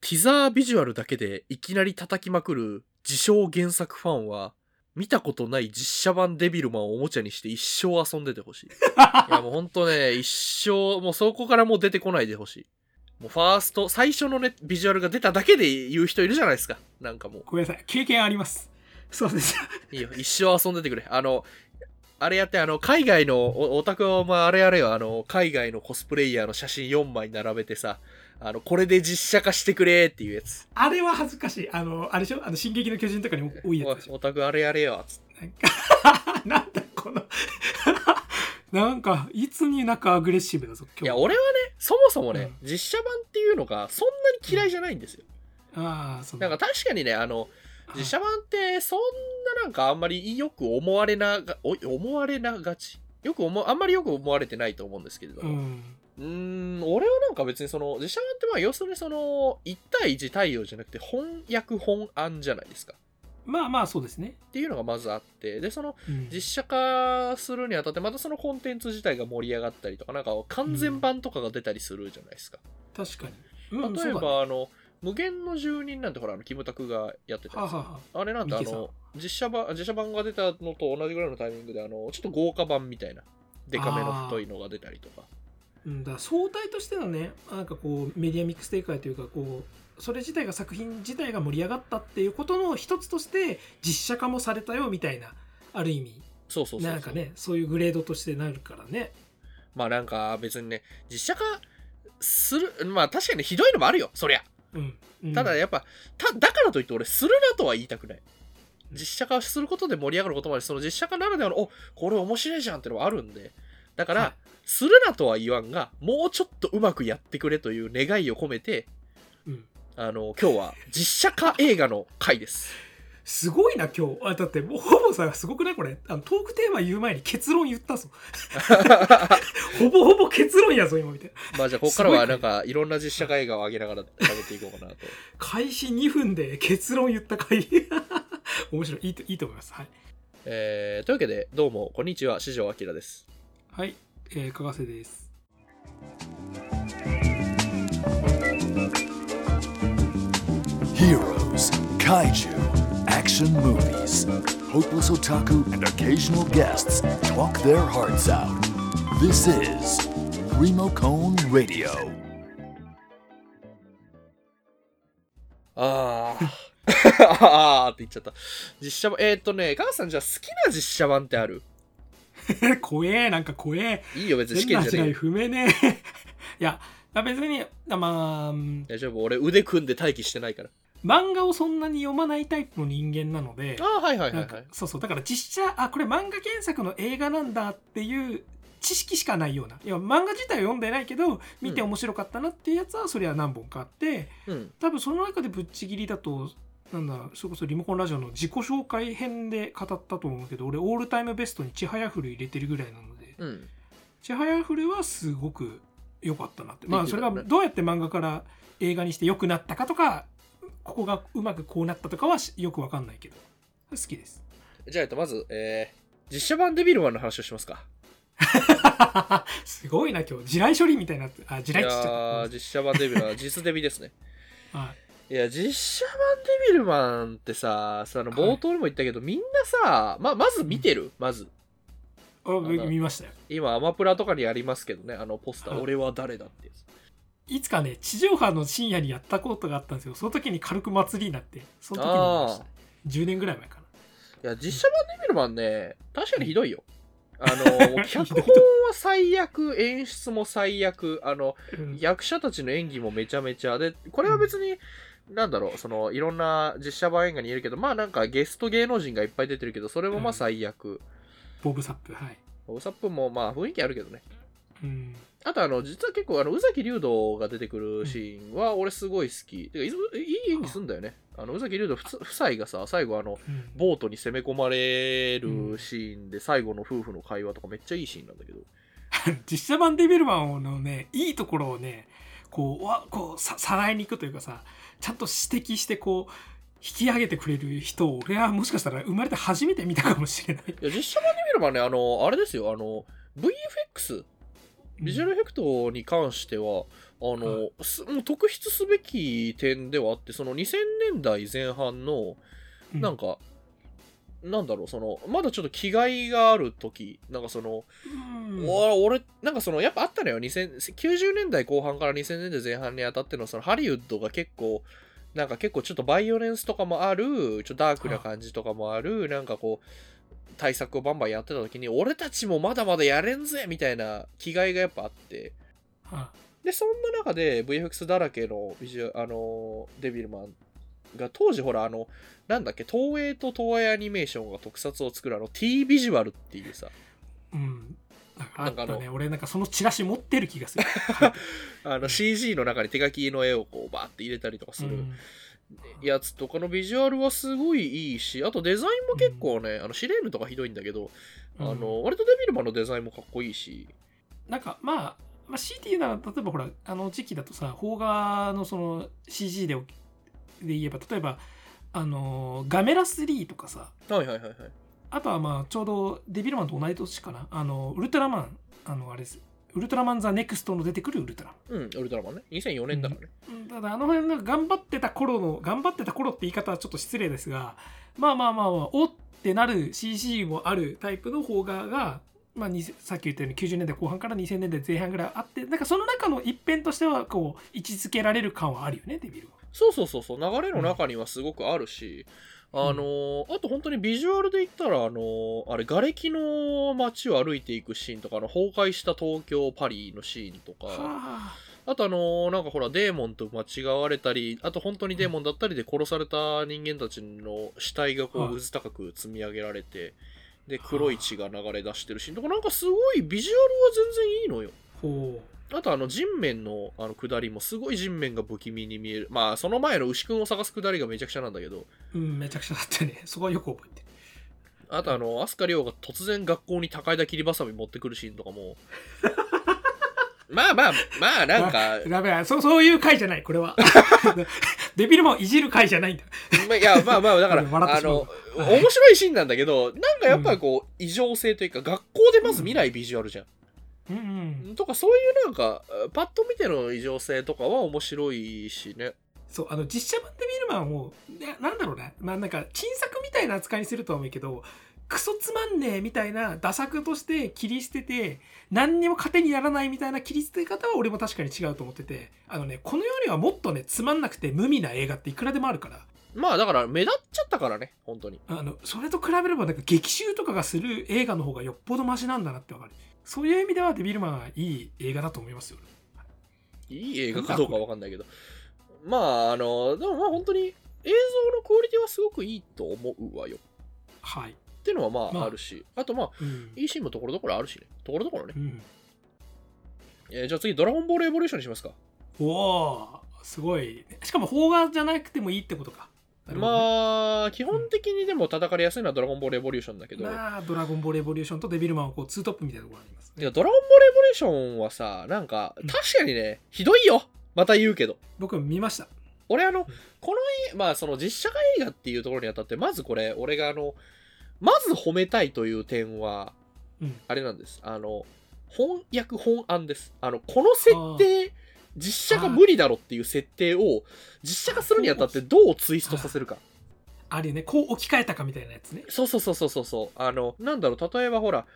ティザービジュアルだけでいきなり叩きまくる自称原作ファンは、見たことない実写版デビルマンをおもちゃにして一生遊んでてほしい。いやもうほんとね、一生、もうそこからもう出てこないでほしい。もうファースト、最初のね、ビジュアルが出ただけで言う人いるじゃないですか。なんかもう。ごめんなさい。経験あります。そうです。いいよ、一生遊んでてくれ。あの、あれやって、あの、海外の、おオタクは、まあ、あれやれよ、あの、海外のコスプレイヤーの写真4枚並べてさ、あの、これで実写化してくれっていうやつ。あれは恥ずかしい。あの、あれでしょあの、進撃の巨人とかに多いやつでしょおオタクあれやれよ、つって。なんか なんだこの。なんか、いつになくアグレッシブだぞ、今日。いや、俺はね、そもそもね、実写版っていうのが、そんなに嫌いじゃないんですよ。ああ、そうなんか確かにね、あの、実写版ってそんななんかあんまりよく思われながお思われながちよく思うあんまりよく思われてないと思うんですけれどうもん。うーん俺はなんか別にその実写版ってまあ要するにその1対1対応じゃなくて翻訳本案じゃないですかまあまあ、そうですね。っていうのがまずあってでそのうん実写化するにあたってまたそのコンテンツ自体が盛り上がったりとかなんか完全版とかが出たりするじゃないですか、確かに。うん、例えそうだねばあの無限の住人なんてほらあのキムタクがやってたはやあつはあはああれなんてあミケさんの実写版実写版が出たのと同じぐらいのタイミングであのちょっと豪華版みたいなデカめの太いのが出たりとかうんだから総体としてのねなんかこうメディアミックス展開というかこうそれ自体が作品自体が盛り上がったっていうことの一つとして実写化もされたよみたいなある意味そうそうそうそうなんかねそういうグレードとしてなるからねまあなんか別にね実写化するまあ確かにひどいのもあるよそりゃうん、うん、ただやっぱただからといって俺するなとは言いたくないうん実写化することで盛り上がることまでその実写化ならではのおこれ面白いじゃんってのはあるんでだから、はいするなとは言わんがもうちょっとうまくやってくれという願いを込めてうんあの今日は実写化映画の回 ですすごいな今日あだってもうほぼさすごくないこれあのトークテーマ言う前に結論言ったぞ ほぼほぼ結論やぞ今みたいなまあじゃあここからはなんかいろんな実写化映画を上げながら食べていこうかなと。開始2分で結論言った回 面白いいいといいと思いますはいえー、というわけでどうもこんにちは四条明です。はい、えー、かがせです。 Heroes, kaiju, action movies. Hopeless otaku and occasional guests talk their hearts out. This is Remo Cone Radio. あーあーって言っちゃった。実写版、えーっとね、ガーさんじゃあ好きな実写版ってある怖え、なんか怖え。いいよ別に試変な験じゃねえ違いよ。踏めね え。いや、別に、まあ、うん大丈夫俺腕組んで待機してないから。漫画をそんなに読まないタイプの人間なので、ああ、はいはいはいなんはかい。そうそう、だから実写、あ、これ漫画原作の映画なんだっていう知識しかないような。いや、漫画自体は読んでないけど、見て面白かったなっていうやつは、それは何本かあって、うん。多分その中でぶっちぎりだとなんだそれこそリモコンラジオの自己紹介編で語ったと思うけど俺オールタイムベストに「ちはやふる」入れてるぐらいなのでうん。 「ちはやふる」はすごく良かったなってまあできそるれかがらねどうやって漫画から映画にして良くなったかとかここがうまくこうなったとかはしよく分かんないけど好きですじゃあ、えっと、まず、えー、実写版デビルマンの話をしますか。 すごいな今日地雷処理みたいになってあ地いや雷っつっちゃーっ実写版デビルマン、実デビですね。たはいいや、実写版デビルマンってさ、そのはい冒頭にも言ったけど、みんなさ、まあ、まず見てる、まず。あなんだ見ましたよ今、アマプラとかにありますけどね、あのポスター、はい俺は誰だってやつ。いつかね地上波の深夜にやったことがあったんですよその時に軽く祭りになってその時に見ましたあ10年ぐらい前かないや、実写版デビルマンね、確かにひどい よ。あの、脚本は最悪、演出も最悪、あの、うん役者たちの演技もめちゃめちゃで、これは別に、なんだろう、その、いろんな実写版映画にいるけど、まあなんかゲスト芸能人がいっぱい出てるけど、それもまあ最悪。ボブ・サップはい、ウサップもまあ雰囲気あるけどね。うん、あとあの、実は結構、あの、宇崎竜童が出てくるシーンは、俺すごい好き。てかいずいい演技すんだよね。あの、宇崎竜童ふつ夫妻がさ、最後あの、うんボートに攻め込まれるシーンで、最後の夫婦の会話とかめっちゃいいシーンなんだけど。 実写版デビルマンのねいいところをねこうわこうささらいに行くというかさちゃんと指摘してこう引き上げてくれる人を俺はもしかしたら生まれて初めて見たかもしれないいや、実写版で見ればね、あの、あれですよ、あの、VFX ビジュアルエフェクトに関しては、あの、はすもう特筆すべき点ではあって、その2000年代前半の、うんなんか、なんだろう、その、まだちょっと気概がある時、なんかその、うんお俺なんかそのやっぱあったのよ2000 90年代後半から2000年代前半にあたってのそのハリウッドが結構なんか結構ちょっとバイオレンスとかもあるちょっとダークな感じとかもあるなんかこう対策をバンバンやってた時に俺たちもまだまだやれんぜみたいな気概がやっぱあってはでそんな中で VFX だらけのビジュあのデビルマンが当時ほらあのなんだっけ東映と東映アニメーションが特撮を作るあの T ビジュアルっていうさうんなんかなあっんかたあね俺なんかそのチラシ持ってる気がするあの CG の中に手書きの絵をこうバーって入れたり とかすうるんやつとかのビジュアルはすごいいいしあとデザインも結構ね、あのシレーヌとかひどいんだけど、うんあの割とデビルマンのデザインもかっこいいしなんかまあ、まあ、強いて言うなら例えばほらあの時期だとさ邦画のその CG でで言えば例えばあのガメラ3とかさはいはいはいはいあとはまあちょうどデビルマンと同い年かなあのウルトラマンあのあれですウルトラマンザネクストの出てくるウルトラうんウルトラマンね2004年だからね、マンうんただあの辺の頑張ってた頃の頑張ってた頃って言い方はちょっと失礼ですがまあまあまあ、まあ、おってなる CG もあるタイプの邦画が、まあ、にさっき言ったように90年代後半から2000年代前半ぐらいあってなんかその中の一辺としてはこう位置づけられる感はあるよねデビルは。そうそうそうそう流れの中にはすごくあるし、あのーあと本当にビジュアルで言ったらあのーあれ瓦礫の街を歩いていくシーンとかあの崩壊した東京パリのシーンとか、はああとあのーなんかほら、デーモンと間違われたり、あと本当にデーモンだったりで殺された人間たちの死体がこ、はいう渦高く積み上げられて、で、はあ黒い血が流れ出してるシーンとか、なんかすごいビジュアルは全然いいのよ。ほあとあの、人面のあの下りもすごい人面が不気味に見える。まあ、その前の牛くんを探す下りがめちゃくちゃなんだけど、う、うん、めちゃくちゃだったねそこはよく覚えてる。あとあの、アスカリョウが突然学校に高枝切りばさみ持ってくるシーンとか も、まあまあ、まあなんか、やべえ、そう、そういう回じゃない、これは。 デビルマンをいじる回じゃないんだ。まあいやまあまあだから 笑ってあしまうの面白いシーンなんだけどなんかやっぱこう異常性というか学校でまず見ないビジュアルじゃん、うんうん。とかそういうなんかパッと見ての異常性とかは面白いしねそう、あの、実写版デビルマンを、ななんだろうね。まあなんか、新作みたいな扱いにするとは思うけど、クソつまんねえみたいな、打作として切り捨てて、何にも糧にならないみたいな切り捨て方は俺も確かに違うと思ってて、あのね、この世にはもっとね、つまんなくて無味な映画っていくらでもあるから、まあだから目立っちゃったからね本当にあのそれと比べればなんか劇中とかがする映画の方がよっぽどマシなんだなってわかるそういう意味ではデビルマンはいい映画だと思いますよいい映画かどうかわかんないけどまああのでもまあ本当に映像のクオリティはすごくいいと思うわよはい、っていうのはままあああるし、あとまあうんいいシーンもところどころあるしねところどころねう、ん、えーじゃあ次ドラゴンボールエボリューションにしますかおおすごいしかも邦画じゃなくてもいいってことかあまあ、基本的にでも叩かれやすいのはドラゴンボールエボリューションだけど、まあ、ドラゴンボールエボリューションとデビルマンをこうツートップみたいなところがあります。いやドラゴンボールエボリューションはさ、なんかうん、確かにね、ひどいよまた言うけど。僕も見ました。俺あの、このい、まあその実写化映画っていうところにあたって、まずこれ、俺があの、まず褒めたいという点は、うんあれなんです。あの、翻訳本案です。あの、この設定、実写化無理だろっていう設定を、実写化するにあたってどうツイストさせるか。あれね、こう置き換えたかみたいなやつね。そうそうそうそうそうそうあのなんだろう例えばほら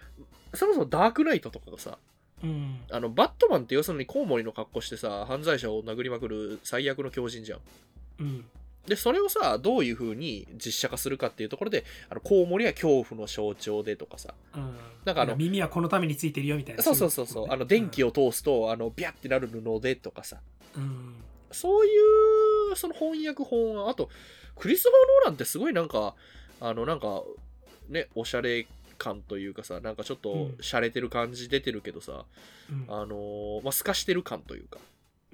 そもそもダークナイトとかがさうん。あのバットマンって要するにコウモリの格好してさ犯罪者を殴りまくる最悪の狂人じゃんうん。でそれをさどういう風に実写化するかっていうところであのコウモリは恐怖の象徴でとかさうん。なんかあの耳はこのためについてるよみたいな。そうそうそうそうあの電気を。を通すとあのビャッてなる布でとかさうん。そういうその翻訳本案あとクリス・ホー・ノーランってすごいなんかあのなんかねおしゃれ感というかさなんかちょっうとん洒落てる感じ出てるけどさ、うん。あのーまあ、透かしてる感というか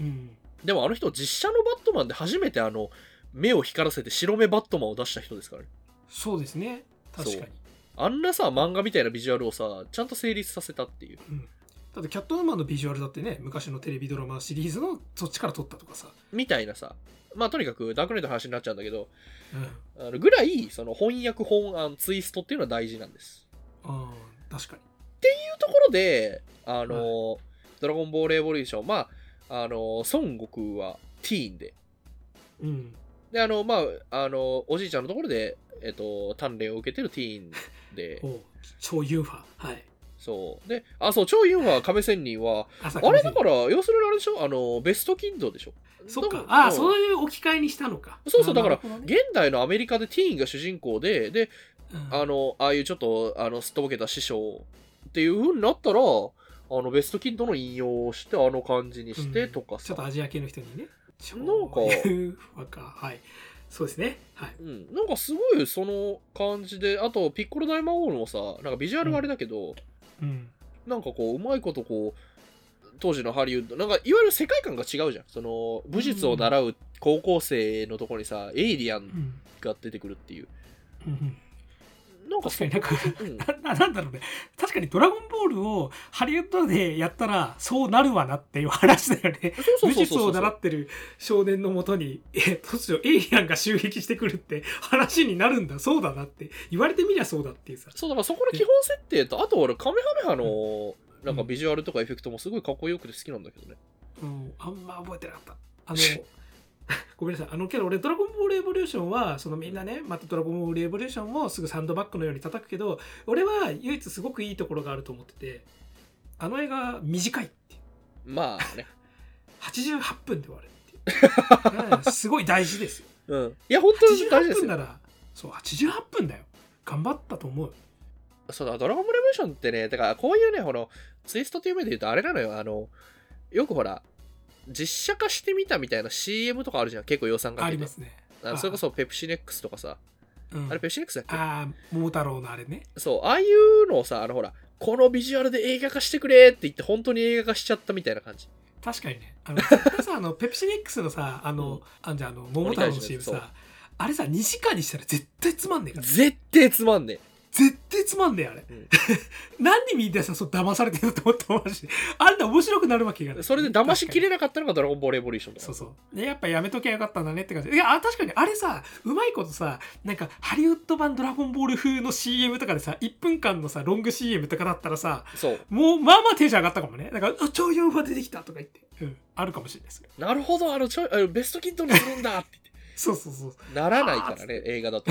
うんでもあの人実写のバットマンで初めてあの目を光らせて白目バットマンを出した人ですからねそうですね。確かに。あんなさ漫画みたいなビジュアルをさちゃんと成立させたっていううん。だってキャットウーマンのビジュアルだってね、昔のテレビドラマシリーズのそっちから撮ったとかさ。みたいなさまあとにかくダークナイトの話になっちゃうんだけどうん。あのぐらいその翻訳本案ツイストっていうのは大事なんですあー確かに。というところであの、ドラゴンボールエボリューション」まああの孫悟空はティーンでうん。であのまああのおじいちゃんのところで、えっと、鍛錬を受けてるティーンでおう超ユーファ。はい。そうであそう超ユンは亀仙人は朝あれだから要するにあれでしょあのベストキッドでしょそっだか。らああ、んそういう置き換えにしたのか。そうそうあーだからなるほどね現代のアメリカでティーンが主人公ででうんあのああいうちょっとあのすっとぼけた師匠っていう風になったらあのベストキッドの引用をしてあの感じにしてとかちょさっと、アジア系の人 にね。超なんかユーファか。はい。そうですね。はい。うん、なんかすごいその感じであとピッコロ大魔王もさなんかビジュアルがあれだけど、うん。なんかこううまいことこう当時のハリウッドなんかいわゆる世界観が違うじゃんその武術を習う高校生のところにさ、エイリアうンん。が出てくるっていううんなんか 確そかになん かうんなななんだろうね確かに「ドラゴンボール」をハリウッドでやったらそうなるわなっていう話だよねそうそう武そ術うそをうそ習うってる少年のもとに、え、突如エイリアンが襲撃してくるって話になるんだ、そうだなって、言われてみりゃそうだっていうさ。そうだからそこの基本設定とあと俺カメハメハのなんかビジュアルとかエフェクトもすごいかっこよくて好きなんだけどねうん、あんま覚えてなかった。あの、 ごめんなさい、あのけど俺、ドラゴンボールエボリューションは、そのみんなね、またドラゴンボールエボリューションをすぐサンドバッグのように叩くけど、俺は唯一すごくいいところがあると思ってて、あの映画短いっていう。まあね88分で終わるっていううん。すごい大事ですよ。うんいや本当 に大事で88す分よならそう88分だよ頑張ったと思うそうだ、ドラゴンボールエボリューションってね、だからこういうね、このツイストっていう目で言うとあれなのよ、あの、よくほら、実写化してみたみたいな CM とかあるじゃん、結構予算かあけりてま。すねあのそれこそペプシネックスとかさ、うんあれペプシネックスだっけあー桃太郎のあれねそう、ああいうのをさ、あのほら、このビジュアルで映画化してくれって言って、本当に映画化しちゃったみたいな感じ。確かにね あの絶対さあのペプシネックスのさあうの、んあんじゃんあの桃太郎の CM そうさあれさ2時間にしたら絶対つまんねえから絶対つまんね絶対つまんねえあれ、うん 何にみんなさそう騙されてると思ったマジであんな面白くなるわけがなえ。いそれで騙しきれれなかったのがドラゴンボールエボリューションだかそうら。そう、ね、やっぱやめときゃよかったんだねって感じいやあ確かにあれさうまいことさなんかハリウッド版「ドラゴンボール」風の CM とかでさ1分間のさロング CM とかだったらさそう。もうまあまあテンション上がったかもねだからあ「超4話出てきた」とか言って、うん、あるかもしれないですなるほど、あの、ちょいあのベストキッドにするんだって言ってそうそうそう、ならないからね、映画だと。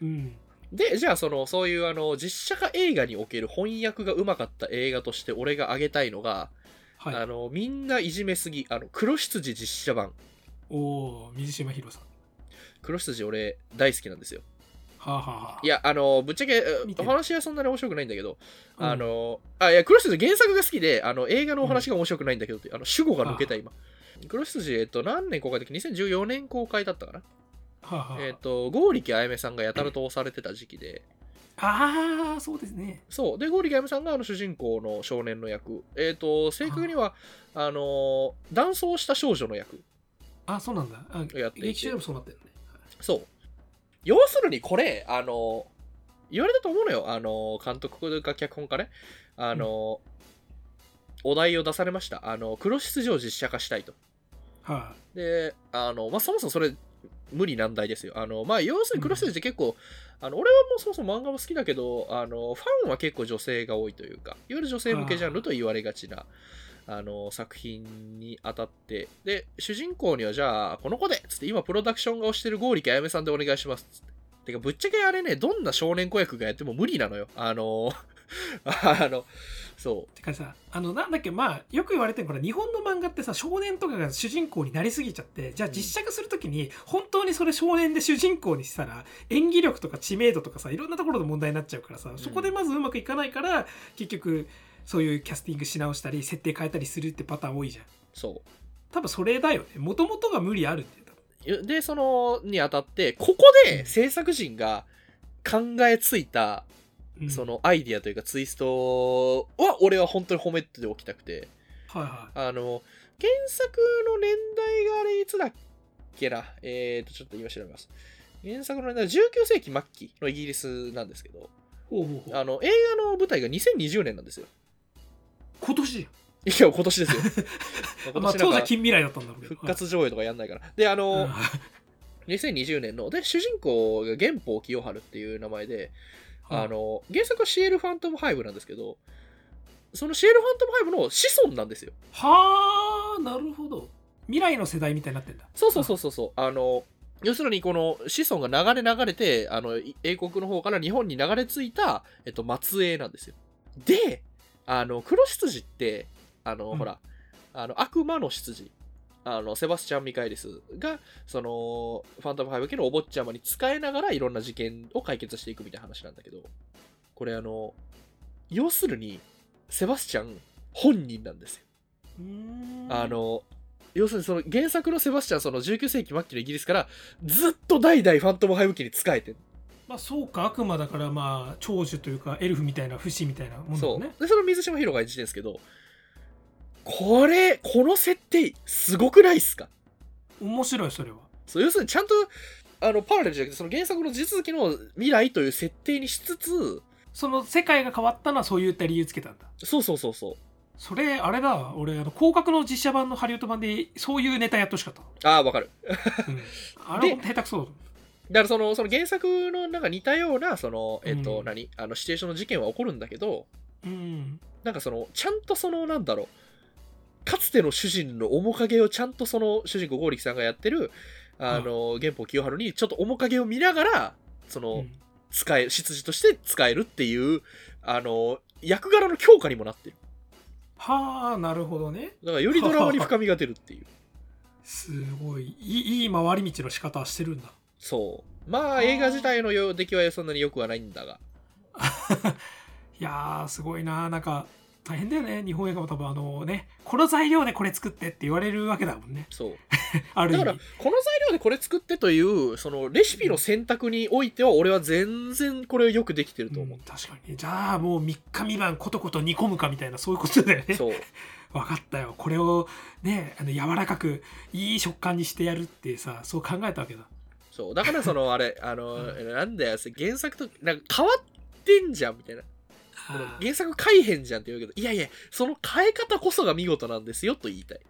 うん、で、じゃあ、その、そういう、あの、実写化映画における翻訳がうまかった映画として、俺が挙げたいのが、はいあの、みんないじめすぎ、あの、黒羊実写版。おおー水島ひろさん黒羊俺、大好きなんですよ。はあ、はあはあ、いや、あの、ぶっちゃけ、見ておる話はそんなに面白くないんだけど、うんあの、あ、いや、黒羊原作が好きで、あの、映画のお話が面白くないんだけどって、あの、主語が抜けた、今。黒羊、えっと、何年公開だっけ ?2014 年公開だったかな。はあはあ、えっと、剛力あやめさんがやたらと推されてた時期で、あーそうですねそう。で、ゴーリキャムさんがあの主人公の少年の役。えっ、と、正確には、あのー、男装した少女の役。あそうなんだあやっていて劇中でもそうなってるねそう。要するにこれ、あのー言われたと思うのよ。あのー監督か脚本家ね。あのーお題を出されました。あの、黒羊を実写化したいと。はい、はいで、あの、まあ、そもそもそれ、無理難題ですよ。あの、まあ、要するに黒羊って結構、あの、俺はもうそもそも漫画も好きだけど、あの、ファンは結構女性が多いというか、いわゆる女性向けジャンルと言われがちな、あの、作品に当たって、で、主人公にはじゃあ、この子でつって、今プロダクションが推してる剛力あやめさんでお願いしますつって。てか、ぶっちゃけあれね、どんな少年子役がやっても無理なのよ。あの、 あの、そう。てかさあのなんだっけまあよく言われてるこれ日本の漫画ってさ少年とかが主人公になりすぎちゃってじゃあうん実写化するときに本当にそれ少年で主人公にしたら演技力とか知名度とかさいろんなところで問題になっちゃうからさそこでまずうまくいかないから結局そういうキャスティングし直したり設定変えたりするってパターン多いじゃんそう。多分それだよねもともとが無理あるんだよでそのにあたってここで制作陣が考えついた多分、うん、そのアイディアというかツイストは俺は本当に褒めておきたくてはいはいあの原作の年代があれいつだっけなえーとちょっと今調べます原作の年代は19世紀末期のイギリスなんですけどほうほうほうあの映画の舞台が2020年なんですよ今年じいや今年 ですよゃん今まあ年当時なはんか近未来だったんだろうけど復活上映とかやんないからであはいの、うん2020年ので主人公が元宝清春っていう名前で、はいあの原作は CL ファントム5なんですけどそのシエル・ファントムハイムの子孫なんですよ。はあなるほど未来の世代みたいになってんだそうそうそうそうそう。あの、要するにこの子孫が流れ流れて、あの、い英国の方から日本に流れ着いた、えっと、末裔なんですよ。で、あの、黒羊って、あの、うんほら、あの、悪魔の羊。あの、セバスチャン・ミカエリスが、その、ファントムハイブ家のお坊ちゃまに使えながらいろんな事件を解決していくみたいな話なんだけど、これあの、要するに、セバスチャン本人なんですよ。うーんあの、要するにその原作のセバスチャン、その19世紀末期のイギリスからずっと代々ファントムハイブ機に仕えてる。まあそうか悪魔だからまあ長寿というかエルフみたいな不死みたいなもんだそもう。んねで、その水島ヒロが演じてるんですけど、これ、この設定、すごくないっすか面白いそれはそう、要するにちゃんと、あの、パラレルじゃなくて、その原作の地続きの未来という設定にしつつ、その世界が変わったのはそういった理由つけたんだそうそうそうそう。それあれだわ俺あの広角の実写版のハリウッド版でそういうネタやってほしかったああ、わかる。うんあれ下手くそだと思だからその、その原作のなんか似たような、その、えっ、と、うん何あの、シチュエーションの事件は起こるんだけど、ううんなんかその、ちゃんとその、なんだろう、かつての主人の面影をちゃんとその主人公、剛力さんがやってる、あの、原宝清春にちょっと面影を見ながら、そうの、ん使え、執事として使えるっていう、あの、役柄の強化にもなってる。はあなるほどねだからよりドラマに深みが出るって いう。すごいいいいい回り道の仕方はしてるんだそう。まあ、映画自体のよ出来はそんなに良くはないんだが。いやーすごいななんか大変だよね日本映画も多分あのねこの材料でこれ作ってって言われるわけだもんねそう。あるだ意から、こ味の材料でこれ作ってという、その、レシピの選択においては、俺は全然これをよくできてると思うん確かにねじゃあもう3日3晩コトコト煮込むかみたいなそういうことだよう。ねそう。分かったよこれをねあの柔らかくいい食感にしてやるってさそう考えたわけだそうだからそのあ れあの、うなんだよそれ原作となんか変わってんじゃんみたいなこのあー原作変えへんじゃんって言うけどいやいやその変え方こそが見事なんですよと言いたい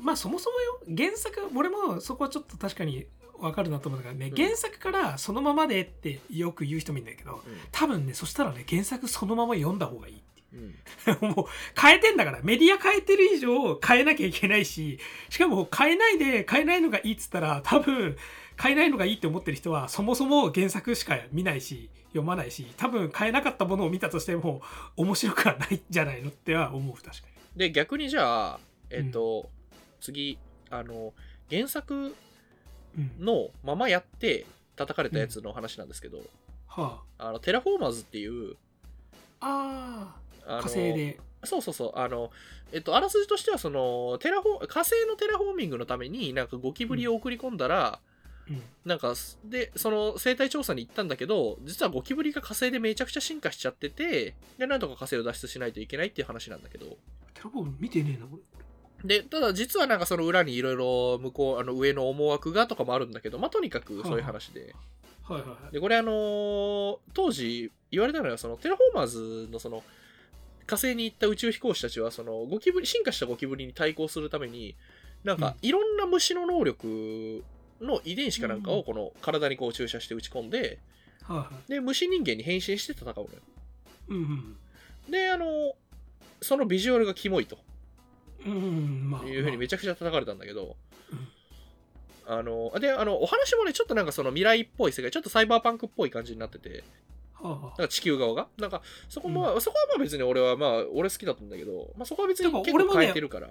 まあそもそもよ原作俺もそこはちょっと確かに分かるなと思うんだからね、うん原作からそのままでってよく言う人もいるんだけど多分ねそしたらね原作そのまま読んだ方がいいうん、 もう変えてんだからメディア変えてる以上変えなきゃいけないししかも変えないで変えないのがいいっつったら多分変えないのがいいって思ってる人はそもそも原作しか見ないし読まないし多分変えなかったものを見たとしても面白くはないんじゃないのっては思う確かで逆にじゃあえっと、次あの原作に。うん、のままやって叩かれたやつの話なんですけど、はあのテラフォーマーズっていうああああの火星で。そうそうそうあのえっとあらすじとしてはそのテラフォ火星のテラフォーミングのためになんかゴキブリを送り込んだら、うんなんかすでその生態調査に行ったんだけど実はゴキブリが火星でめちゃくちゃ進化しちゃっててでなんとか火星を脱出しないといけないっていう話なんだけどテラボール見てねえな俺。でただ実はなんかその裏にいろいろ向こうあの上の思惑がとかもあるんだけどまあとにかくそういう話ではいはいはい。でこれあのー当時言われたのはそのテラフォーマーズのその火星に行った宇宙飛行士たちはそのゴキブリ進化したゴキブリに対抗するためになんかいろんな虫の能力の遺伝子かなんかをこの体にこう注射して打ち込んで、はいはい。で虫人間に変身して戦うのようんうん。であのそのビジュアルがキモいとうんうん、まあ。いうふうにめちちゃくちゃ叩かれたんだけどうん、あのであのお話もねちょっとなんかその未来っぽい世界ちょっとサイバーパンクっぽい感じになっててゃ。はあはあなんか地球側がなんかそこも、そこはまあ別に俺はまあ俺好きだったんだけど、まあ、そこは別にでも結俺も構ね変えてるから、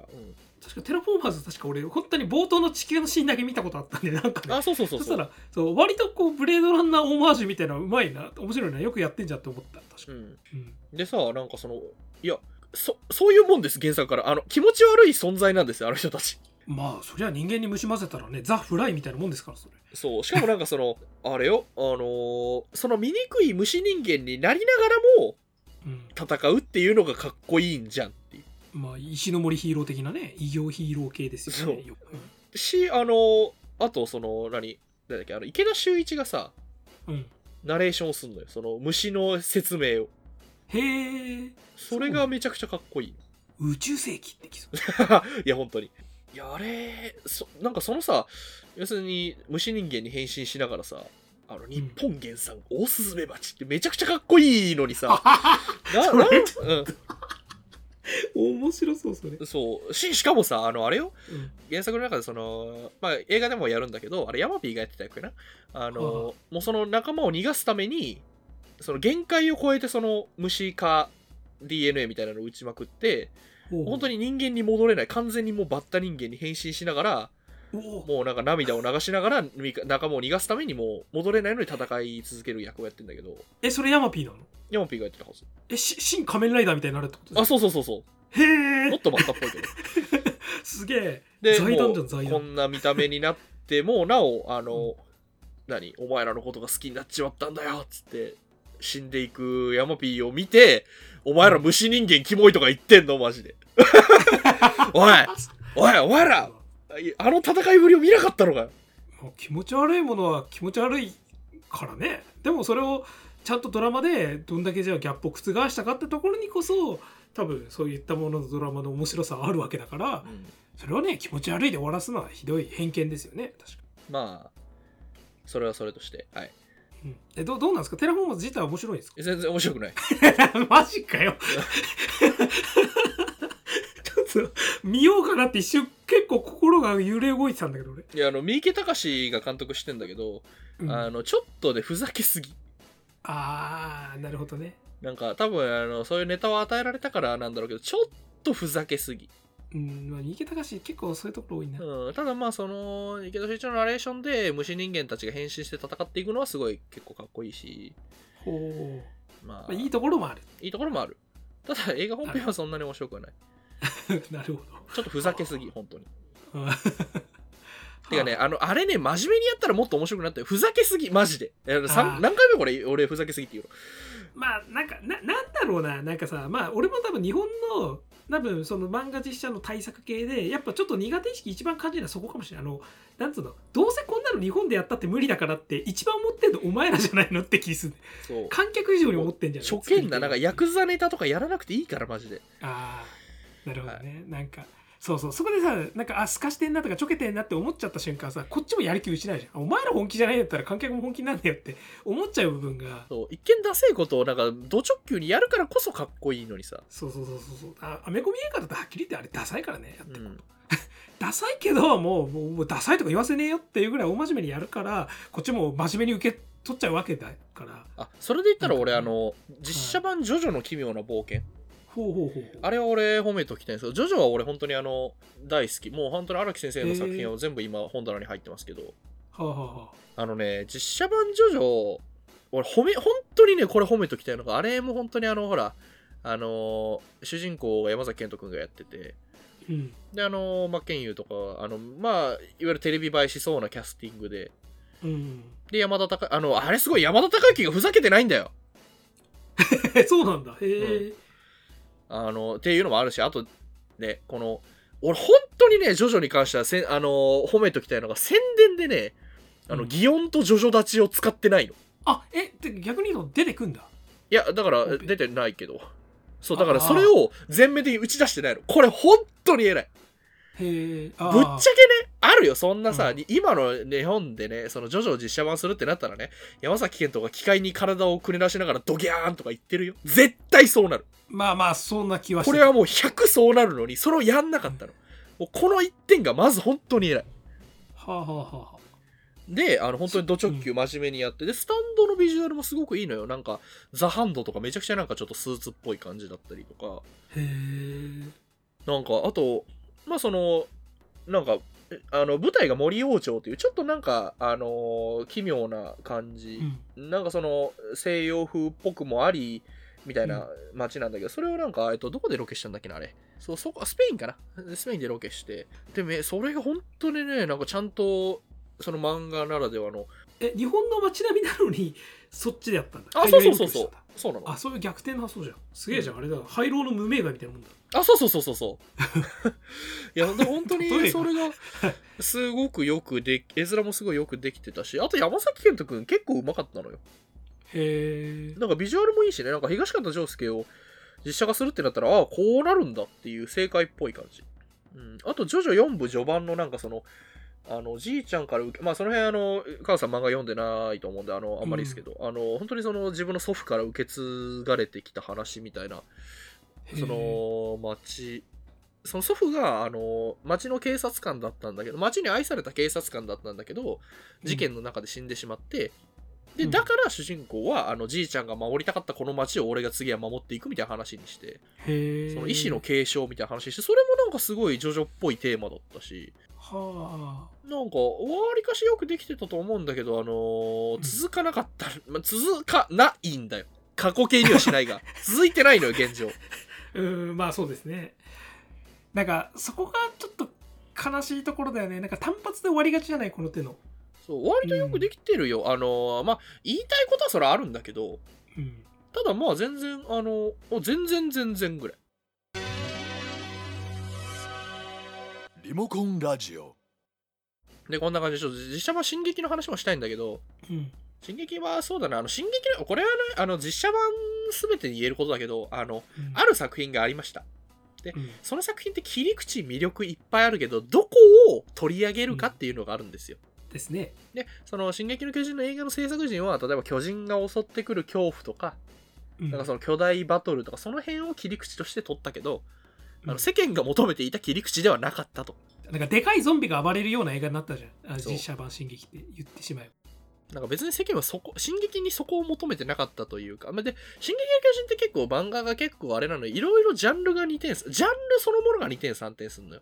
確かテラフォーマーズ確か俺本当に冒頭の地球のシーンだけ見たことあったんでなんかうんねあそうそうそうそそうしたらそう割とこうブレードランナーオマージュみたいなのうまいな面白いなよくやってんじゃんって思った確かうに、ん、うんでさなんかそのいやそそういうもんです原作からあの気持ち悪い存在なんですよあの人たちまあそりゃ人間に虫混ぜたらねザ・フライみたいなもんですからそれそうしかもなんかその あれよあのーその醜い虫人間になりながらもうん戦うっていうのがかっこいいんじゃんっていまあ石の森ヒーロー的なね異形ヒーロー系ですよねよくうしあのーあとその何何だっけあの池田秀一がさうん、うんナレーションすんのよその虫の説明をへえそれがめちゃくちゃかっこいい 宇宙世紀ってきそういや本当にいやあれそなんかそのさ要するに虫人間に変身しながらさあの日本原産オオ スズメバチってめちゃくちゃかっこいいのにさ、なそれなんうん面白そうそれ、そうししかもさあのあれようん原作の中でその、まあ、映画でもやるんだけどあれヤマピーがやってたやつかなあの、はもうその仲間を逃がすためにその限界を超えてその虫か DNA みたいなのを打ちまくっておう本当に人間に戻れない完全にもうバッタ人間に変身しながらおうもうなんか涙を流しながらみ仲間を逃がすためにもう戻れないのに戦い続ける役をやってんだけどえそれヤマピーなのヤマピーがやってたはずえし新仮面ライダーみたいになるってことあそうそうそうそへうもっえとバッタっぽいけどすげえで財団じゃもんう財こ団んな見た目になってもなおあの、何お前らのことが好きになっちまったんだよっつって死んでいくヤマピーを見てお前ら虫人間キモいとか言ってんのマジ でおいおいお前らあの戦いぶりを見なかったのかよまあ気持ち悪いものは気持ち悪いからねでもそれをちゃんとドラマでどんだけじゃあギャップを覆したかってところにこそ多分そういったもののドラマの面白さはあるわけだからそれをね気持ち悪いで終わらすのはひどい偏見ですよね確かまあそれはそれとしてはいに、うん、えどうどうなんですかテラフォーマーズ自体は面白いんですか全然面白くない マジかよちょっと見ようかなって一瞬結構心が揺れ動いてたんだけど俺、いやあの三池隆が監督してんだけど、うんああのちょっとでふざけすぎあーなるほどねなんか多分あのそういうネタを与えられたからなんだろうけどちょっとふざけすぎ、うんまあ三池隆結構そういうところ多いな、うん、ただまあその池田秀一のナレーションで虫人間たちが変身して戦っていくのはすごい結構かっこいいしほうままああいいところもある いいところもあるただ映画本編はそんなに面白くはないなるほちょっとふざけすぎ本当にどうんてかね、はあの、あれね、真面目にやったらもっと面白くなったよ。ふざけすぎ、マジで。えさあーん何回目これ、俺ふざけすぎって言うあまあなんかななんだろうななんかさまあ俺も多分日本の多分その漫画実写の対策系でやっぱちょっと苦手意識一番感じるのはそこかもしれないあのなんつうのどうせこんなの日本でやったって無理だからって一番思ってんのお前らじゃないのって気 するの。そう。観客以上に思ってんじゃない初見な、なんかヤクザネタとかやらなくていいから、マジで。ああなるほどね、なんかそうそうそこでさなんかあすかしてんなとかちょけてんなって思っちゃった瞬間さこっちもやる気失うじゃんあお前ら本気じゃないんだったら観客も本気なんだよって思っちゃう部分がそう。一見ダセいことを、なんか、ド直球にやるからこそかっこいいのにさ。そうそうそうそうそうあアメコミ映画だとはっきり言ってあれダサいからねやっうてること、ん。ダサいけどもうもうもうダサいとか言わせねえよっていうぐらい大真面目にやるからこっちも真面目に受け取っちゃうわけだからあ、それで言ったら俺、なあんかねの、実写版ジョジョの奇妙な冒険。ほうほうほうほうあれは俺、褒めときたいんですけど、ジョジョは俺、本当にあの、大好き。もう本当に荒木先生の作品を全部今、本棚に入ってますけど。はあ、はあはあ、あのね、実写版ジョジョ、俺褒め、本当にね、これ褒めときたいのが、あれも本当にあの、ほら、あのー主人公を山崎賢人くんがやってて、うん で、あのー、真剣佑とか、あの、まあ、いわゆるテレビ映えしそうなキャスティングで、うんで、山田孝、あの、あれすごい、山田孝之がふざけてないんだよ。そうなんだへえ、あの、っていうのもあるし、あと、ね、この、俺本当にね、ジョジョに関してはせん、あのー褒めときたいのが、宣伝でね、あの、うん擬音とジョジョ立ちを使ってないの。あえで逆に言うと出てくんだいや、だからオペ出てないけど。そう、あだからそれを全面的に打ち出してないの。これ本当に偉い。へえあぶっーちゃけね、あるよ、そんなさ、うん今の日本でね、そのジョジョを実写版するってなったらね、山崎賢人が機械に体をくねらしながらドギャーンとか言ってるよ。絶対そうなる。まあまあそんな気はしこてれはもう100そうなるのに、それをやんなかったの。もうこの一点がまず本当に偉い。はあはあはあはあで、あの、本当にド直球真面目にやって、で、スタンドのビジュアルもすごくいいのよ。なんか、ザ・ハンドとかめちゃくちゃなんかちょっとスーツっぽい感じだったりとか。へえなんかあとまあそのなんかえあの舞台が森王朝というちょっとなんかあのー奇妙な感うじ、んなんかその西洋風っぽくもありみたいな街なんだけど、それをなんか、えっと、どこでロケしたんだっけなあれそうそこあスペインかなスペインでロケしてでめそれが本当にねなんかちゃんとその漫画ならではのえ日本の街並みなのにそっちでやったんだあ海そう外そうそロうケそうそしたんだうなのあそういう逆転の発想じゃんすげえじゃん、あれだ廃炉の無名街みたいなもんだあ、そうそうそうそうそう。いや、で本当 例にえばそれが、すごくよくでき、絵面もすごいよくできてたし、あと山崎賢人くん結構うまかったのよ。へえなんかビジュアルもいいしね、なんか東方丈介を実写化するってなったら、ああ、こうなるんだっていう正解っぽい感じ。うん。あと、ジョジョ4部序盤のなんかその、あの、じいちゃんから受け、まあその辺あの、母さん漫画読んでないと思うんで、あの、あんまりですけど、あの、本当にその自分の祖父から受け継がれてきた話みたいなへえその町その祖父があの町の警察官だったんだけど町に愛された警察官だったんだけど事件の中で死んでしまって、でうんだから主人公はあのじいちゃんが守りたかったこの町を俺が次は守っていくみたいな話にしてへえその意思の継承みたいな話にしてそれもなんかすごいジョジョっぽいテーマだったしはなんかわりかしよくできてたと思うんだけどあのーうん続かなかった、まあ続かないんだよ過去形にはしない が続いてないのよ現状あうーんまあそうですねなんかそこがちょっと悲しいところだよねなんか単発で終わりがちじゃないこの手のそう割とよくできてるよ、あのーまあ言いたいことはそれはあるんだけどうんただまあ全然あのー全然全然ぐらいリモコンラジオでこんな感じでちょっと実写版「進撃」の話もしたいんだけどうん進撃はそうだなあの進撃のこれはねあの実写版全てに言えることだけどあのうんある作品がありましたうんその作品って切り口魅力いっぱいあるけどどこを取り上げるかっていうのがあるんですよですねでその「進撃の巨人」の映画の制作陣は例えば巨人が襲ってくる恐怖とかうんなんかその巨大バトルとかその辺を切り口として取ったけど、あうのん世間が求めていた切り口ではなかったとなんかでかいゾンビが暴れるような映画になったじゃんあそう実写版「進撃」って言ってしまえばなんか別に世間はそこ進撃にそこを求めてなかったというかまあで「進撃の巨人」って結構漫画が結構あれなのにいろいろジャンルが2点すジャンルそのものが2点3点すんのよ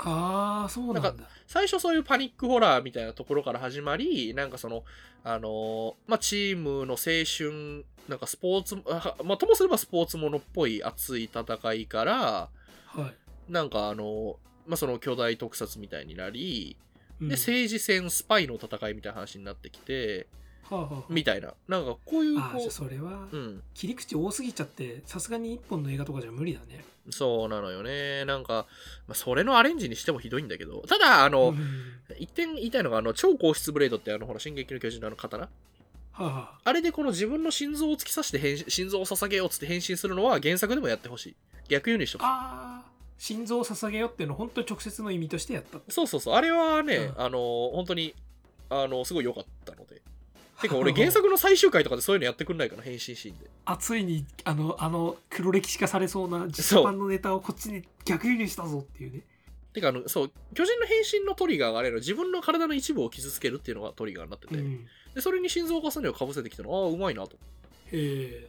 ああそうなんだなん最初そういうパニックホラーみたいなところから始まりなんかそのあのーまあチームの青春なんかスポーツあまあともすればスポーツものっぽい熱い戦いからはい、なんかあのーまあその巨大特撮みたいになりうんで政治戦スパイの戦いみたいな話になってきてはあはあはあみたいななんかこういうあーじこゃあそれはううん切り口多すぎちゃってさすがに1本の映画とかじゃ無理だねそうなのよねなんか、まあ、それのアレンジにしてもひどいんだけどただあの、うん一点言いたいのがあの超硬質ブレードってあのほら「進撃の巨人」のあの刀はあはあれでこの自分の心臓を突き刺して変身心臓を捧げようっつって変身するのは原作でもやってほしい逆輸入しとくああー心臓を捧げよっていうの本当に直接の意味としてやったそうそうそうあれはね、うんあの本当にあのすごい良かったのでてか 俺原作の最終回とかでそういうのやってくんないかな変身シーンであついにあのあの黒歴史化されそうな実写版のネタをこっちに逆輸入したぞっていうねてかあのそう巨人の変身のトリガーがあれの自分の体の一部を傷つけるっていうのがトリガーになってて、うんでそれに心臓重ねをかぶせてきたのああうまいなとへえ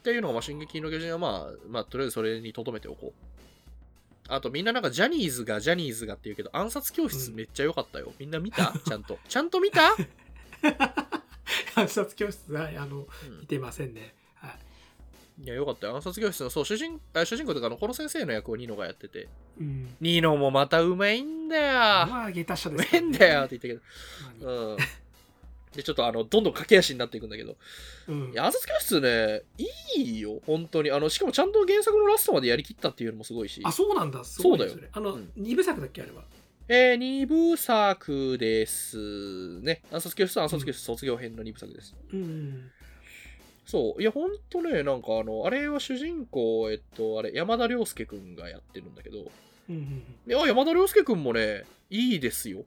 っていうのが、まあ、進撃の巨人は、まあ、まあ、とりあえずそれに留めておこう。あと、みんななんか、ジャニーズが、ジャニーズがって言うけど、暗殺教室うんめっちゃ良かったよ。みんな見 たちゃんと。ちゃんと見た、う暗殺教室はいあの見んてませんねはいや、良かったよ。暗殺教室の、そう、主人、あ主人公とか、あの、この先生の役をニノがやってて。い、うん、ニノもまたうまいんだよ。まあ下駄者うでますからいねんだよって言ったけまあど。うん。で、ちょっと、あの、どんどん駆け足になっていくんだけど。うんいや、暗殺教室ね、いいよ。本当に。あの、しかもちゃんと原作のラストまでやりきったっていうのもすごいし。あそうなんだすごいねそうだれあの、うん二部作だっけあれはえー、2部作ですね。暗殺教室、暗殺教室卒業編の2部作です。うんそう。いや、ほんとね、なんかあの、あれは主人公、えっと、あれ、山田涼介くんがやってるんだけど、いうんうんや、山田涼介くんもね、いいですよ。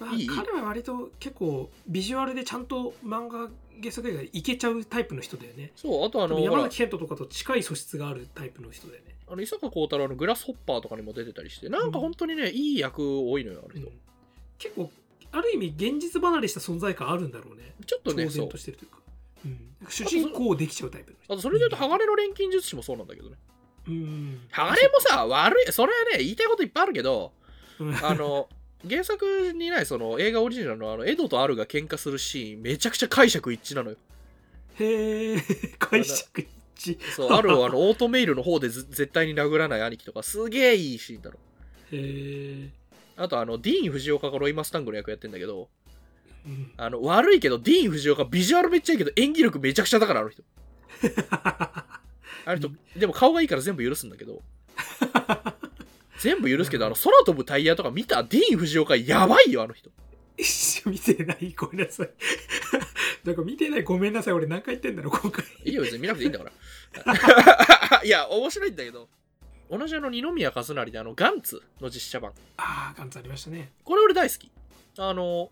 まあ、いい彼は割と結構ビジュアルでちゃんと漫画原作映画いけちゃうタイプの人だよねそう、あとあの、ほ山ら崎、賢人とかと近い素質があるタイプの人だよね、あの伊坂幸太郎のグラスホッパーとかにも出てたりして、なんか本当にね、いい役多いのよ、あうのん人。結構ある意味現実離れした存在感あるんだろうねちょっとね、挑そ然うと。してるというか、うん、主人公できちゃうタイプの人あと、それで言うと、鋼の錬金術師もそうなんだけどね。うん鋼もさ、悪い、それはね、言いたいこといっぱいあるけど、うんあの原作にないその映画オリジナルのあのエドとアルが喧嘩するシーンめちゃくちゃ解釈一致なのよへえ 解釈一致 そうアルをあのオートメイルの方でず絶対に殴らない兄貴とかすげえいいシーンだろへえ、あとあのディーン・フジオカがロイ・マスタングの役やってんだけどうん、あの悪いけどディーン・フジオカビジュアルめっちゃいいけど演技力めちゃくちゃだからあの人あの人、でも顔がいいから全部許すんだけ ど全部許すけどあの空飛ぶタイヤとか見たディーン・フジオカやばいよあの人一緒見てないごめんなさいなんか見てないごめんなさい俺何回言ってんだろう今回いいよ、別に見なくていいんだから。 いや、面白いんだけど。同じあの二宮和也であのガンツの実写版。ああガンツありましたねこれ俺大好き。あの、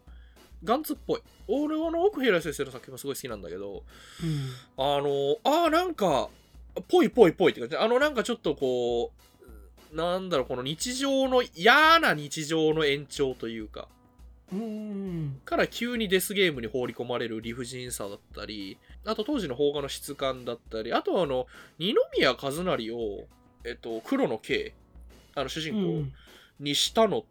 ガンツっぽい。俺はあの奥平先生の作品もすごい好きなんだけど、うんあの、ああ、なんか、ぽいぽいぽいって感じ。あの、なんかちょっとこう、なんだろう、この日常の、嫌な日常の延長というか、うーんから急にデスゲームに放り込まれる理不尽さだったり、あと当時の放火の質感だったり、あとあの、二宮和也を、えっと、黒の刑、あの主う人公んにしたの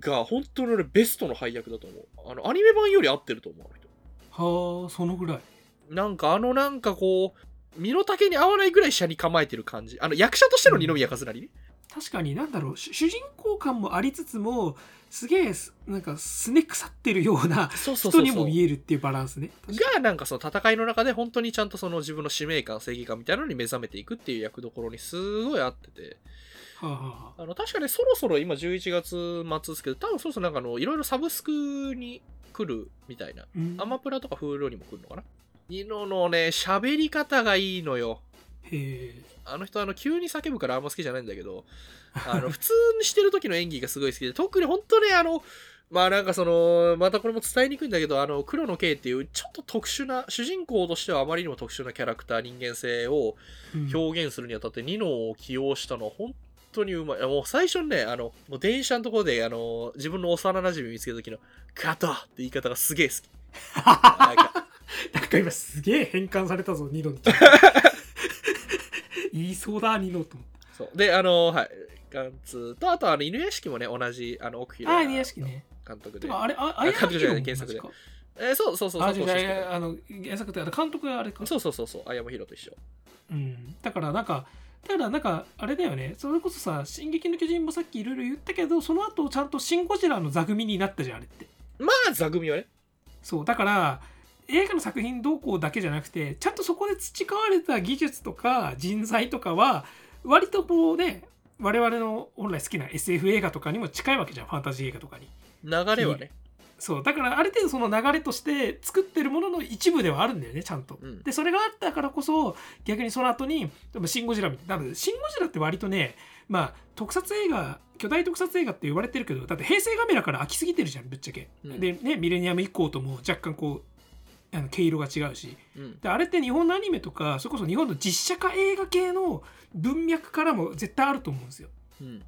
が、本当の俺ベストの配役だと思う。あの、アニメ版より合ってると思う、あの人。はあそのぐらいなんかあのなんかこう、身の丈に合わないぐらい車に構えてる感じ。あの役者としての二宮和也ね。確かに何だろう主主人公感もありつつもすげえすなんかすね腐ってるようなそうそうそ人うにそもう。見えるっていうバランスね確かにがなんかその戦いの中で本当にちゃんとその自分の使命感正義感みたいなのに目覚めていくっていう役どころにすごい合っててはあはああの確かねそろそろ今11月末ですけど多分そろそろなんかあのいろいろサブスクに来るみたいなうんアマプラとか Hulu にも来るのかなニノのね喋り方がいいのよへえあの人あの急に叫ぶからあんま好きじゃないんだけどあの普通にしてる時の演技がすごい好きで特に本当ねあのまあなんかそのまたこれも伝えにくいんだけどあの黒野圭っていうちょっと特殊な主人公としてはあまりにも特殊なキャラクター人間性をうん表現するにあたってニノを起用したのは本当にうまいもう最初にねあのもう電車のところであの自分の幼馴染見つけた時の「カト!」って言い方がすげえ好き なんかなんか今すげえ変換されたぞニノに言いそうだニノと思ってそうであのはいガンツーとあとあの犬屋敷もね同じあの奥平ああ屋敷ね監督てでかあれあああや監督じゃないヒロも同じ原かえーそうそうそうあ佐違う藤違俊う介あの原作ってあれ監督があれかそうそうそうそう、あやまひろと一緒。うん、だからなんかただなんかあれだよねそれこそさ「進撃の巨人」もさっきいろいろ言ったけどその後ちゃんと「シン・ゴジラ」の座組になったじゃんあれってまあ、座組はね。そうだから映画の作品どうこうだけじゃなくてちゃんとそこで培われた技術とか人材とかは割とこうね我々の本来好きな SF 映画とかにも近いわけじゃんファンタジー映画とかに流れはね。そうだからある程度その流れとして作ってるものの一部ではあるんだよねちゃんと、うんでそれがあったからこそ逆にその後にでもシン・ゴジラみたいなシン・ゴジラって割とねまあ特撮映画巨大特撮映画って言われてるけどだって平成カメラから飽きすぎてるじゃんぶっちゃけ、うんでねミレニアム以降とも若干こうあの毛色が違うしうん。であれって日本のアニメとかそれこそ日本の実写化映画系の文脈からも絶対あると思うんですようん。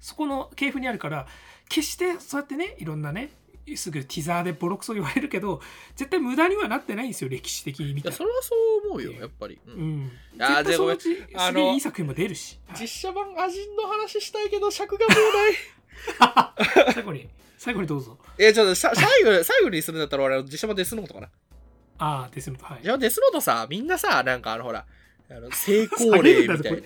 そこの系譜にあるから決してそうやってねいろんなねすぐティザーでボロクソ言われるけど絶対無駄にはなってないんですよ歴史的に見いたや、らそれはそう思うよ、やっぱり。うんうんあー絶対そのうちあすのげえいい作品も出るしはい実写版アジンの話したいけど尺がもうない 最後に最後にどうぞえちょっとさ最後最後にするんだったら俺あの実写版デスノートかなああデスノートはい実写版デスノートさみんなさなんかあのほらあの成功例みた下げいるん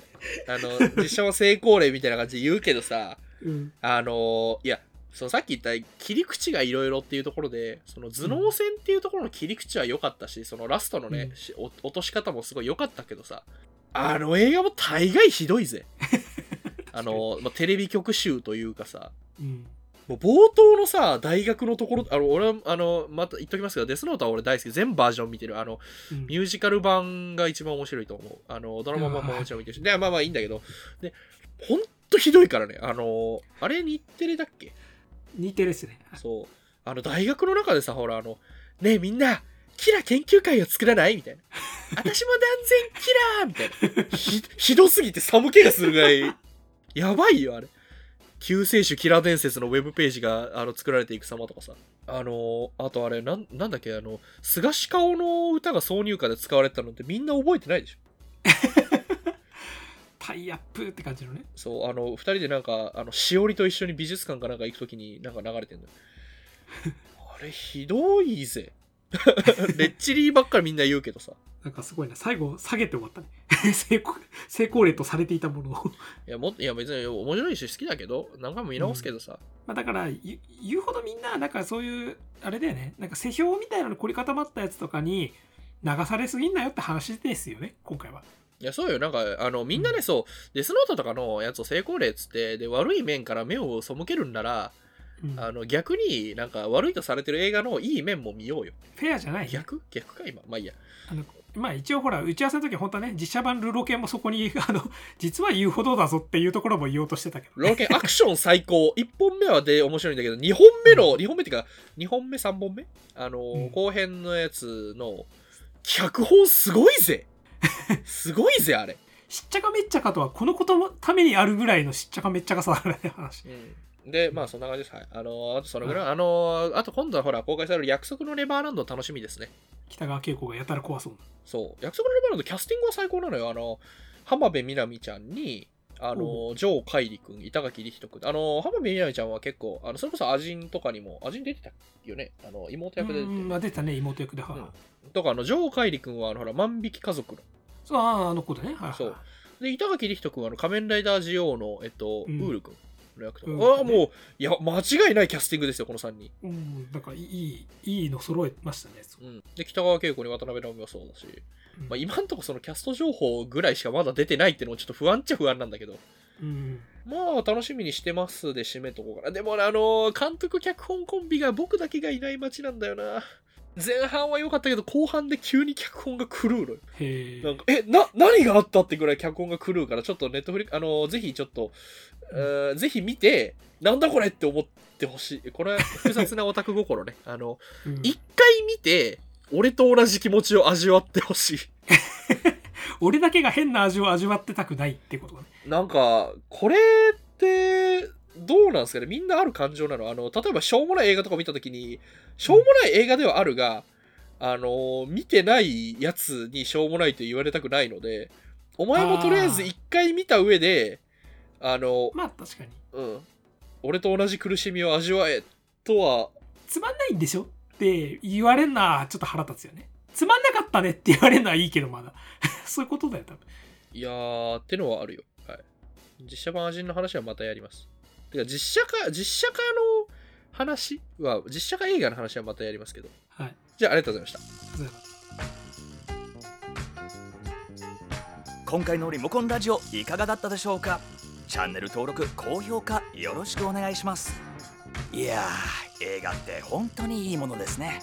なあだの実写版成功例みたいな感じで言うけどさうんあのいやそのさっき言った切り口がいろいろっていうところでその頭脳戦っていうところの切り口は良かったしそのラストのね、うんしお落とし方もすごい良かったけどさあの映画も大概ひどい ぜあの、まあ、テレビ局集というかさうんもう冒頭のさ大学のところあの俺はあのまた言っときますけどデスノートは俺大好き全バージョン見てるあのうんミュージカル版が一番面白いと思うあのドラマ版ももちろん見てるしでまあまあいいんだけどでほんとひどいからねあのあれ日テレだっけ似てるですねはいそう。あの、大学の中でさ、ほら、あの、ねえみんな、キラ研究会を作らないみたいな。私も断然キラーみたいな。ひ、ひどすぎて寒気がするぐらい。やばいよ、あれ。救世主キラ伝説のウェブページがあの作られていく様とかさ。あのあとあれ、なん、なんだっけ、あの、菅氏顔の歌が挿入歌で使われてたのってみんな覚えてないでしょタイアップって感じのねそう、あの、二人でなんか、あの、しおりと一緒に美術館かなんか行くときになんか流れてん のよ。あれ、ひどいぜ。 レッチリばっかりみんな言うけどさ。なんかすごいな最後下げて終わったね 成功成功例とされていたものをいや、もっといや別に面白いし好きだけど、何回も見直すけどさ。まあ、だからゆ言うほどみんななんかそういうあれだよねなんか世評みたいなの凝り固まったやつとかに流されすぎんなよって話ですよね今回は。いや、そうよ。なんか、あの、みんなね、そう、デスノートとかのやつを成功例っつって、で、悪い面から目を背けるんなら、うんあの、逆になんか悪いとされてる映画のいい面も見ようよ。フェアじゃない、ね、逆逆か、今。まあいいや。あのまあ一応ほら打ち合わせの時本当はね実写版ルロケンもそこに あの実は言うほどだぞっていうところも言おうとしてたけどロケンアクション最高。1本目はで面白いんだけど、2本目の、2本目っていうか、2本目、3本目あの、うん後編のやつの、脚本すごいぜすごいぜ、あれ。しっちゃかめっちゃかとはこのことのためにあるぐらいのしっちゃかめっちゃかさだからね話 うん、で、まあそんな感じです。はい。あのーあとそのぐらい、あのーあと今度はほら、公開される約束のネバーランド楽しみですね。北川景子がやたら怖そうなそう。約束のネバーランド、キャスティングは最高なのよ。あの、浜辺美波ちゃんに、あの、ジョー・カイリ君、板垣理人君。あの、浜辺美波ちゃんは結構、あの、それこそアジンとかにも、アジン出てたよね。あの、妹役で出ててうんまあ出てたね妹役では、うんとか、あの、ジョー・カイリ君は、あの、ほら、万引き家族の。そうあーあの子だねはいはいそうで、板垣理人君は、あの、仮面ライダー GO の、えっと、うんウール君の役とか。ウールああ、君ねもう、いや、間違いないキャスティングですよ、この3人。うんなんかいいいいの揃えましたねそううん、で北川景子に渡辺直美もそうだし、うんまあ、今んとこそのキャスト情報ぐらいしかまだ出てないっていうのもちょっと不安っちゃ不安なんだけどうんまあ楽しみにしてますで締めとこうかなでもねあのー監督脚本コンビが僕だけがいない街なんだよな前半は良かったけど後半で急に脚本が狂うのよへえなんかえな何があったってぐらい脚本が狂うからちょっとネットフリあのーぜひちょっと、えーぜひ見てなんだこれって思ってほしいこれは複雑なオタク心ねあのうん一回見て俺と同じ気持ちを味わってほしい俺だけが変な味を味わってたくないってことだねなんかこれってどうなんですかねみんなある感情なのあの例えばしょうもない映画とか見た時にしょうもない映画ではあるが、あの見てないやつにしょうもないと言われたくないのでお前もとりあえず一回見た上であの、まあ確かにうん、俺と同じ苦しみを味わえとはつまんないんでしょって言われんなちょっと腹立つよねつまんなかったねって言われるのはいいけどまだ そういうことだよ多分いやー、ってのはあるよ。はい。実写版アジンの話はまたやります。てか、実写化、実写化の話は、実写化映画の話はまたやりますけど。はいじゃあ、ありがとうございました。例えば今回のリモコンラジオいかがだったでしょうかチャンネル登録高評価よろしくお願いしますいやー映画って本当にいいものですね